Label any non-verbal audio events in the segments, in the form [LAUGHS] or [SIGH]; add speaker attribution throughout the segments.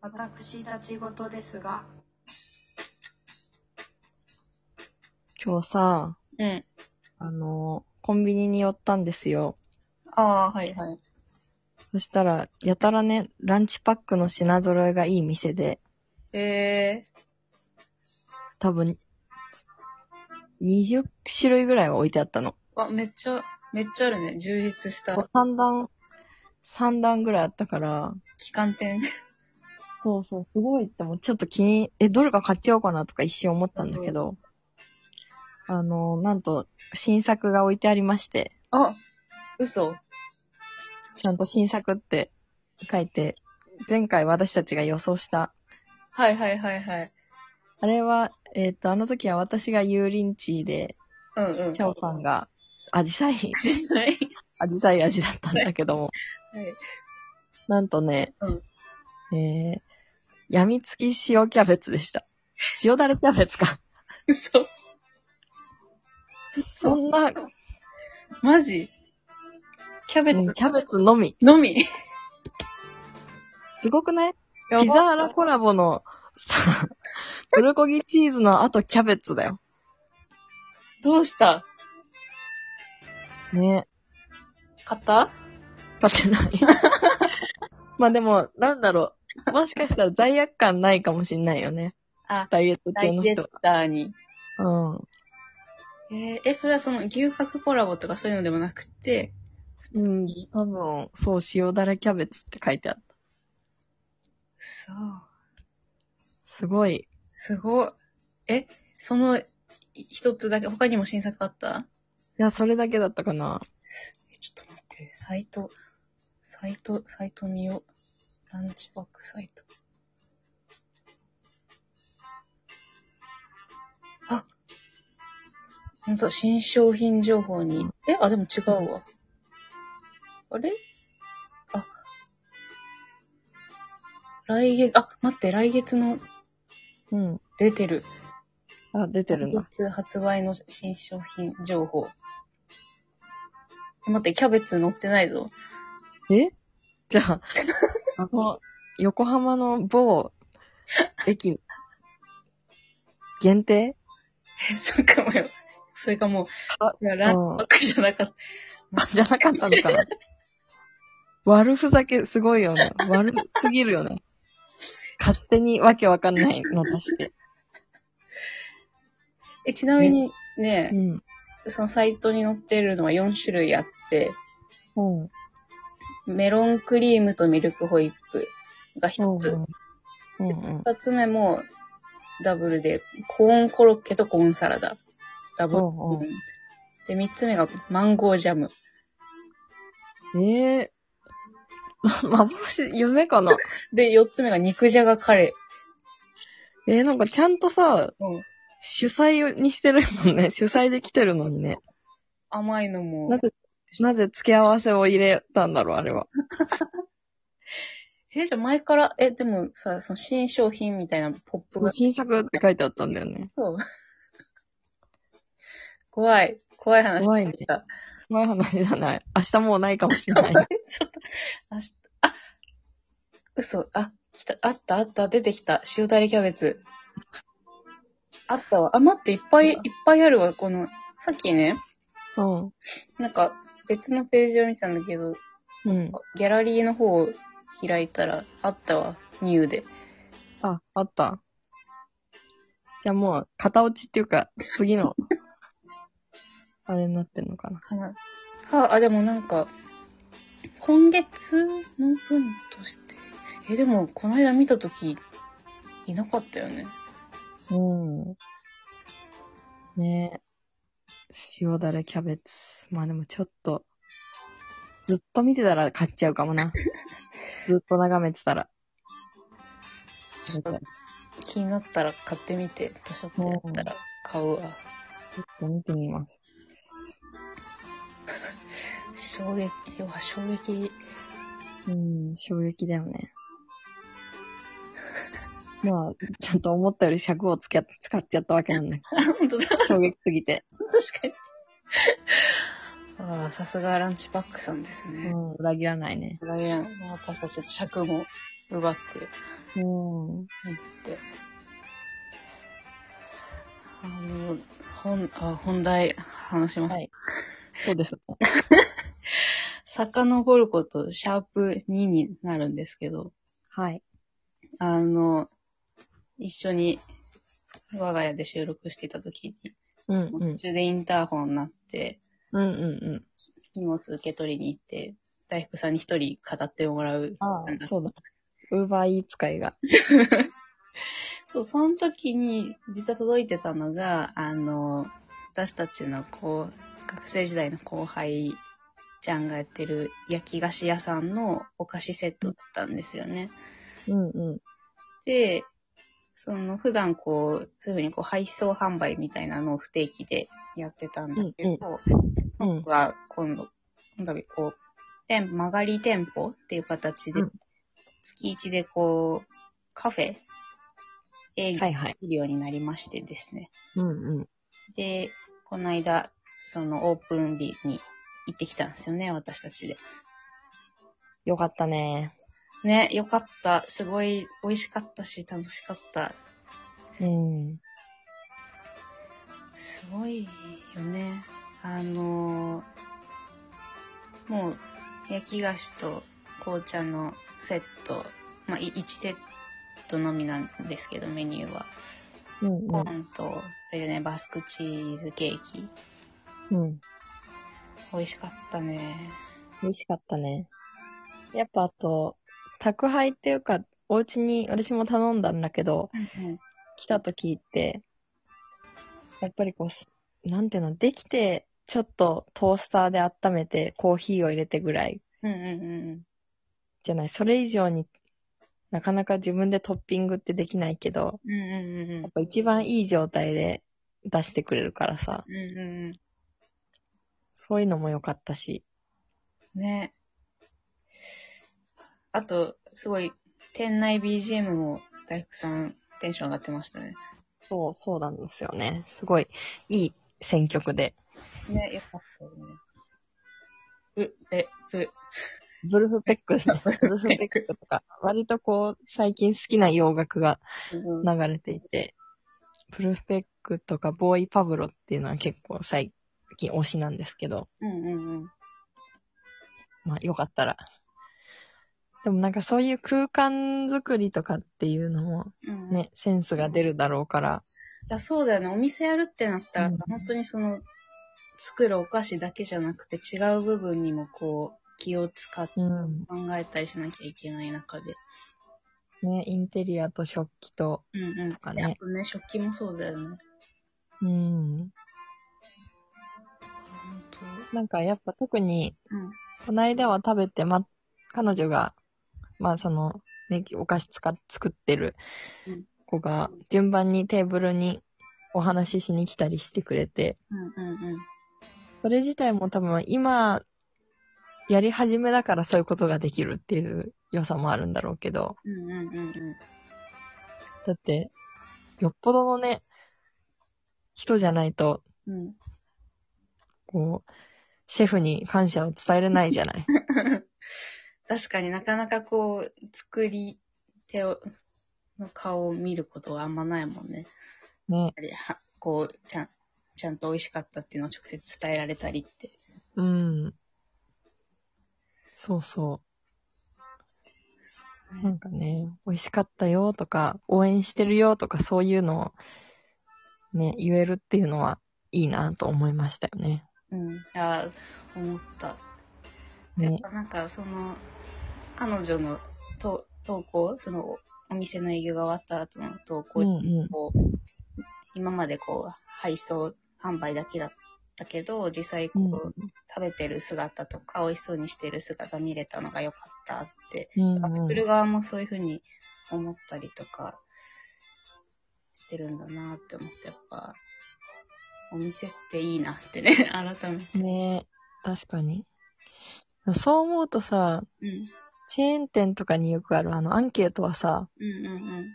Speaker 1: 私たち事ですが、
Speaker 2: 今日さ、
Speaker 3: うん。
Speaker 2: あの、コンビニに寄ったんですよ。
Speaker 3: ああ、はいはい。
Speaker 2: そしたら、やたらね、ランチパックの品揃えがいい店で、
Speaker 3: え
Speaker 2: 多分、20種類ぐらいは置いてあったの。
Speaker 3: ー、あ、めっちゃ、めっちゃあるね。充実した
Speaker 2: そう3段、3段ぐらいあったから、
Speaker 3: 期間店。
Speaker 2: そうそう、すごいってもうちょっと気に、え、どれか買っちゃおうかなとか一瞬思ったんだけど、あの、なんと、新作が置いてありまして、
Speaker 3: あ、嘘。
Speaker 2: ちゃんと新作って書いて、前回私たちが予想した
Speaker 3: はいはいはいはい。
Speaker 2: あれは、えっ、と、あの時は私が油淋鶏で、
Speaker 3: うんうん。
Speaker 2: チャオさんが、アジサイ、
Speaker 3: 実際。
Speaker 2: アジサイ味だったんだけども、
Speaker 3: はい。
Speaker 2: なんとね、
Speaker 3: うん
Speaker 2: えー、やみつき塩キャベツでした。塩だれキャベツか。
Speaker 3: 嘘。
Speaker 2: そんな、
Speaker 3: マジキャベ
Speaker 2: うん
Speaker 3: ツ
Speaker 2: キャベツのみ。
Speaker 3: のみ。
Speaker 2: すごくない
Speaker 3: やば
Speaker 2: ピザーラコラボの、さ、プルコギチーズの後キャベツだよ。
Speaker 3: どうした
Speaker 2: ね
Speaker 3: 買った
Speaker 2: 買って
Speaker 3: [LAUGHS]
Speaker 2: ない。まあでも、なんだろう。もしかしたら罪悪感ないかもしんないよね。
Speaker 3: あ、
Speaker 2: ダイエット
Speaker 3: ダ
Speaker 2: 中
Speaker 3: イ
Speaker 2: の
Speaker 3: エ
Speaker 2: 人
Speaker 3: ッターに。
Speaker 2: うん。
Speaker 3: えー、え、それはその牛角コラボとかそういうのでもなくて、普通
Speaker 2: うん。
Speaker 3: に。
Speaker 2: 多分、そう、塩だれキャベツって書いてあった。
Speaker 3: そう。
Speaker 2: すごい。
Speaker 3: すごい。え、そのい一つだけ、他にも新作あった
Speaker 2: いや、それだけだったかな。
Speaker 3: えちょっと待って、サイト、サイト、サイト見よう。ランチパックサイト。あほんと、新商品情報に。え、あ、でも違うわ。あれあ。来月、あ、待って、来月の
Speaker 2: うん。
Speaker 3: 出てる。
Speaker 2: あ、出てる
Speaker 3: 来
Speaker 2: んだ。
Speaker 3: 月発売の新商品情報。え待って、キャベツ乗ってないぞ。 [LAUGHS]
Speaker 2: えじゃあ、あの、横浜の某駅、限定
Speaker 3: そうかもよ。それかもう、
Speaker 2: あ
Speaker 3: いやランチ
Speaker 2: うん
Speaker 3: パックじゃなかった。
Speaker 2: あじゃなかったのかな。悪ふざけすごいよね。悪すぎるよね。勝手にわけわかんないの出して。
Speaker 3: え、ちなみにね
Speaker 2: う、ん。
Speaker 3: そのサイトに載ってるのは4種類あって、
Speaker 2: うん。
Speaker 3: メロンクリームとミルクホイップが
Speaker 2: うん
Speaker 3: 1つ。
Speaker 2: うん。うんうん。
Speaker 3: 2つ目もダブルで、コーンコロッケとコーンサラダ。ダブ
Speaker 2: う
Speaker 3: ル
Speaker 2: んうん
Speaker 3: コーンで、3つ目がマンゴージャム。
Speaker 2: ええー。幻、夢かな
Speaker 3: で、4つ目が肉じゃがカレ
Speaker 2: えー、なんかちゃんとさ、
Speaker 3: ー。うん
Speaker 2: 主催にしてるもんね。主催で来てるのにね。
Speaker 3: 甘いのも。
Speaker 2: なぜ、なぜ付け合わせを入れたんだろう、あれは。
Speaker 3: え、じゃあ前から、え、でもさ、その新商品みたいなポップが。
Speaker 2: 新作って書いてあったんだよね。
Speaker 3: そう。 [LAUGHS] 怖い。怖い話
Speaker 2: 怖いね
Speaker 3: でした。
Speaker 2: 怖い話じゃない。明日もうないかもしれない。
Speaker 3: ちょっと、明日、あ、嘘、あ、来た、あった、あった、出てきた。塩だれキャベツ。あったわ。あ、待って、いっぱいいっぱいあるわ。この、さっきね、
Speaker 2: うん。
Speaker 3: なんか別のページを見たんだけど、
Speaker 2: うん。
Speaker 3: ギャラリーの方を開いたら、あったわ。ニューで。
Speaker 2: あ、あった。じゃあもう、片落ちっていうか、次の、 [LAUGHS] あれになってんのかな。
Speaker 3: かな。か、あ、でもなんか、今月の分として、え、でも、この間見たとき、いなかったよね。
Speaker 2: うん。ねえ。塩だれキャベツ。まあでもちょっと、ずっと見てたら買っちゃうか
Speaker 3: [LAUGHS]
Speaker 2: もな。ずっと眺めてたら。
Speaker 3: ちょっと気になったら買ってみて、図書館やったら買うわ。
Speaker 2: ちょっと見てみます。
Speaker 3: 衝撃、要は衝撃。 [LAUGHS]
Speaker 2: うん、衝撃だよね。まあ、ちゃんと思ったより尺をつけ使っちゃったわけなんだけ
Speaker 3: あ、本当だ。
Speaker 2: [LAUGHS] ど、衝撃すぎて。
Speaker 3: 確かに。 [LAUGHS] ああ、さすがランチパックさんです
Speaker 2: う
Speaker 3: ね。
Speaker 2: ん、裏切らないね。
Speaker 3: 裏切らない私たちの尺も。奪って、
Speaker 2: うん。
Speaker 3: なんて。あの、本、あ、本題話します。
Speaker 2: はいそうですね。
Speaker 3: 遡ること、シャープ2になるんですけど、
Speaker 2: はい。
Speaker 3: あの、一緒に我が家で収録していた時に、
Speaker 2: うん
Speaker 3: もう
Speaker 2: う
Speaker 3: 途
Speaker 2: ん。
Speaker 3: 中でインターホンになって、
Speaker 2: うんうんうん。
Speaker 3: 荷物受け取りに行って、大福さんに一人語ってもらう。
Speaker 2: ああ、そうだ。ウーバーイーツ会が。
Speaker 3: そう、その時に実は届いてたのが、あの、私たちのこう、学生時代の後輩ちゃんがやってる焼き菓子屋さんのお菓子セットだったんですよね。
Speaker 2: うんうん。
Speaker 3: で、その普段こう、そういうふうにこう配送販売みたいなのを不定期でやってたんだけど、その子が今度、今度こう、店曲がり店舗っていう形で、
Speaker 2: うん
Speaker 3: 月1でこう、カフェ営業
Speaker 2: はいはい。
Speaker 3: するようになりましてですね。
Speaker 2: うんうん。
Speaker 3: で、この間、そのオープン日に行ってきたんですよね、私たちで。
Speaker 2: よかったね。
Speaker 3: ね、よかった。すごい美味しかったし、楽しかった。
Speaker 2: うん。
Speaker 3: すごいよね。あのーもう、焼き菓子と紅茶のセット、まあ、い1セットのみなんですけど、メニューは。
Speaker 2: うん
Speaker 3: コーンと、あれでね、バスクチーズケーキ。
Speaker 2: うん。うん。
Speaker 3: 美味しかったね。
Speaker 2: 美味しかったね。やっぱあと、宅配っていうか、お家に私も頼んだんだけど、来た時って、やっぱりこうす、なんていうの、できて、ちょっとトースターで温めて、コーヒーを入れてぐらい
Speaker 3: うんうんうん
Speaker 2: じゃない。それ以上になかなか自分でトッピングってできないけど、
Speaker 3: うん。うんうんうんうん
Speaker 2: やっ。ぱ一番いい状態で出してくれるからさ、
Speaker 3: うんうん
Speaker 2: そういうのも良かったし。
Speaker 3: うん。ね。あと、すごい、店内 BGM も大福さんテンション上がってましたね。
Speaker 2: そう、そうなんですよね。すごい、いい選曲で。
Speaker 3: ね、よかったよね。う、え、う、
Speaker 2: ブルフペックですね。 [LAUGHS] ブルフペックとか、割とこう、最近好きな洋楽が
Speaker 3: う
Speaker 2: 流
Speaker 3: ん、
Speaker 2: れていて、ブルフペックとか、ボーイパブロっていうのは結構最近推しなんですけど、
Speaker 3: うんうん
Speaker 2: まあよかったら。でもなんかそういう空間作りとかっていうのも
Speaker 3: うん。うん。い
Speaker 2: ね、センスが出るだろうから、
Speaker 3: や、そうだよね。お店やるってなったら、
Speaker 2: うん
Speaker 3: 本当にその、作るお菓子だけじゃなくて、違う部分にもこう、気を使って
Speaker 2: うん。
Speaker 3: 考えたりしなきゃいけない中で。
Speaker 2: ね、インテリアと食器と、
Speaker 3: うんうん。
Speaker 2: か
Speaker 3: あ
Speaker 2: ね。
Speaker 3: とね、食器もそうだよね。
Speaker 2: うん。
Speaker 3: 本
Speaker 2: なんかやっぱ特に、
Speaker 3: 当。うん。
Speaker 2: この間は食べて、ま、彼女が、まあその、ね、お菓子つか作ってる
Speaker 3: うん
Speaker 2: 子が、順番にテーブルにお話ししに来たりしてくれて、
Speaker 3: うんうんうん。
Speaker 2: それ自体も多分今、やり始めだからそういうことができるっていう良さもあるんだろうけど、
Speaker 3: うんうんうんうん。
Speaker 2: だって、よっぽどのね、人じゃないと、
Speaker 3: うん。
Speaker 2: こう、シェフに感謝を伝えれないじゃない。
Speaker 3: 確かになかなかこう、作り手を、の顔を見ることはあんまないもんね。
Speaker 2: ね。
Speaker 3: やっぱりはこう、ちゃん、ちゃんと美味しかったっていうのを直接伝えられたりって。
Speaker 2: うん。そうそう。なんかね、美味しかったよとか、応援してるよとか、そういうのをね、言えるっていうのはいいなと思いましたよね。
Speaker 3: うん。いやー、思った。やっ
Speaker 2: ね。
Speaker 3: ぱなんか、その、彼女のと投稿、その、おお店の営業が終わった後の投稿
Speaker 2: うんうん。
Speaker 3: こう、今までこう、配送、販売だけだったけど、実際こう、
Speaker 2: うん
Speaker 3: 食べてる姿とか、美味しそうにしてる姿見れたのが良かったって、
Speaker 2: うんうん
Speaker 3: 作る側もそういうふうに思ったりとか、してるんだなって思って、やっぱ、お店っていいなってね、 [LAUGHS] 改めて。
Speaker 2: ね確かに。そう思うとさ、
Speaker 3: うん。
Speaker 2: チェーン店とかによくあるあのアンケートはさ、
Speaker 3: うんうんうん。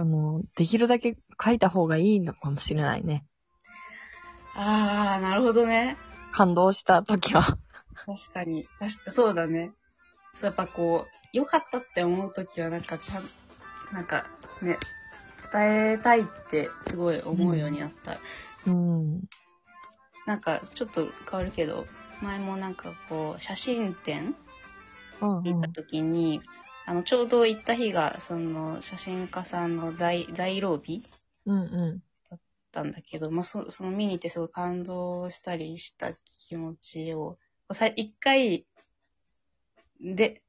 Speaker 2: あの、できるだけ書いた方がいいのかもしれないね。
Speaker 3: あー、なるほどね。
Speaker 2: 感動した時は。
Speaker 3: 確かに。確か、そうだね。そう、やっぱこう、良かったって思うときは、なんかちゃん、なんかね、伝えたいってすごい思うようになった。
Speaker 2: うん。
Speaker 3: なんか、ちょっと変わるけど、前もなんかこう、写真展
Speaker 2: うん
Speaker 3: 行った時に、あの、ちょうど行った日が、その、写真家さんの在、在廊日
Speaker 2: うんう
Speaker 3: だったんだけど、まあ、そその見に行ってすごい感動したりした気持ちを、さ一回、で、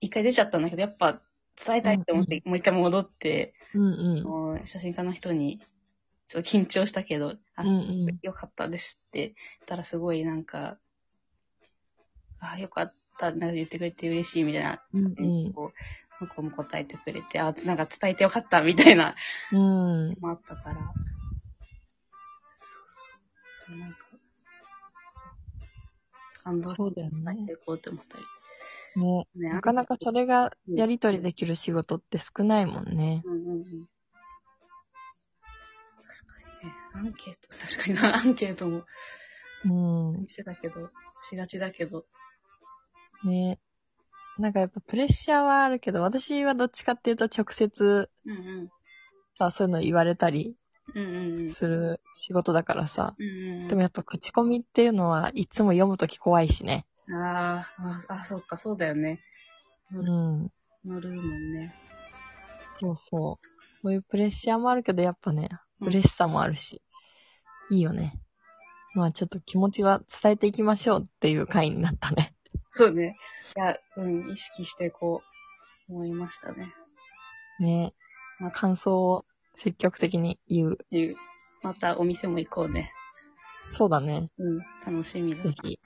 Speaker 3: 一回出ちゃったんだけど、やっぱ伝えたいって思って、もう一回戻って、
Speaker 2: ん。うんうん。
Speaker 3: もう写真家の人に、ちょっと緊張したけど、あ、
Speaker 2: うんうん。
Speaker 3: よかったですって言ったらすごいなんか、あ、よかった、なんか言ってくれて嬉しいみたいな、
Speaker 2: うんうん。
Speaker 3: こう、向こうも答えてくれて、あ、なんか伝えてよかったみたいな
Speaker 2: うん。
Speaker 3: もあったから。そうそう。なんか、感動
Speaker 2: そうだよね
Speaker 3: 伝えていこうって思ったり。
Speaker 2: ね。
Speaker 3: ね
Speaker 2: なかなかそれがやりとりできる仕事って少ないもんね。
Speaker 3: うんうんうん。確かにね、アンケート、確かに [LAUGHS] な、アンケートも
Speaker 2: うん。
Speaker 3: してたけど、しがちだけど。
Speaker 2: ね。なんかやっぱプレッシャーはあるけど、私はどっちかっていうと直接
Speaker 3: うんうん。
Speaker 2: さ、そういうの言われたり
Speaker 3: うんうんうん。
Speaker 2: する仕事だからさ。
Speaker 3: うんうん、
Speaker 2: でもやっぱ口コミっていうのはいつも読むとき怖いしね。
Speaker 3: あーあ、あ、そっか、そうだよね。
Speaker 2: うん。
Speaker 3: 乗るもんね。
Speaker 2: そうそう。そういうプレッシャーもあるけど、やっぱね、
Speaker 3: うん
Speaker 2: 嬉しさもあるし、いいよね。まあちょっと気持ちは伝えていきましょうっていう回になったね。
Speaker 3: そうね。いや、うん、意識してこう、思いましたね。
Speaker 2: ね
Speaker 3: まあ
Speaker 2: 感想を積極的に言う。
Speaker 3: いう。またお店も行こうね。
Speaker 2: そうだね。
Speaker 3: うん、楽しみだ
Speaker 2: ぜ。ひ、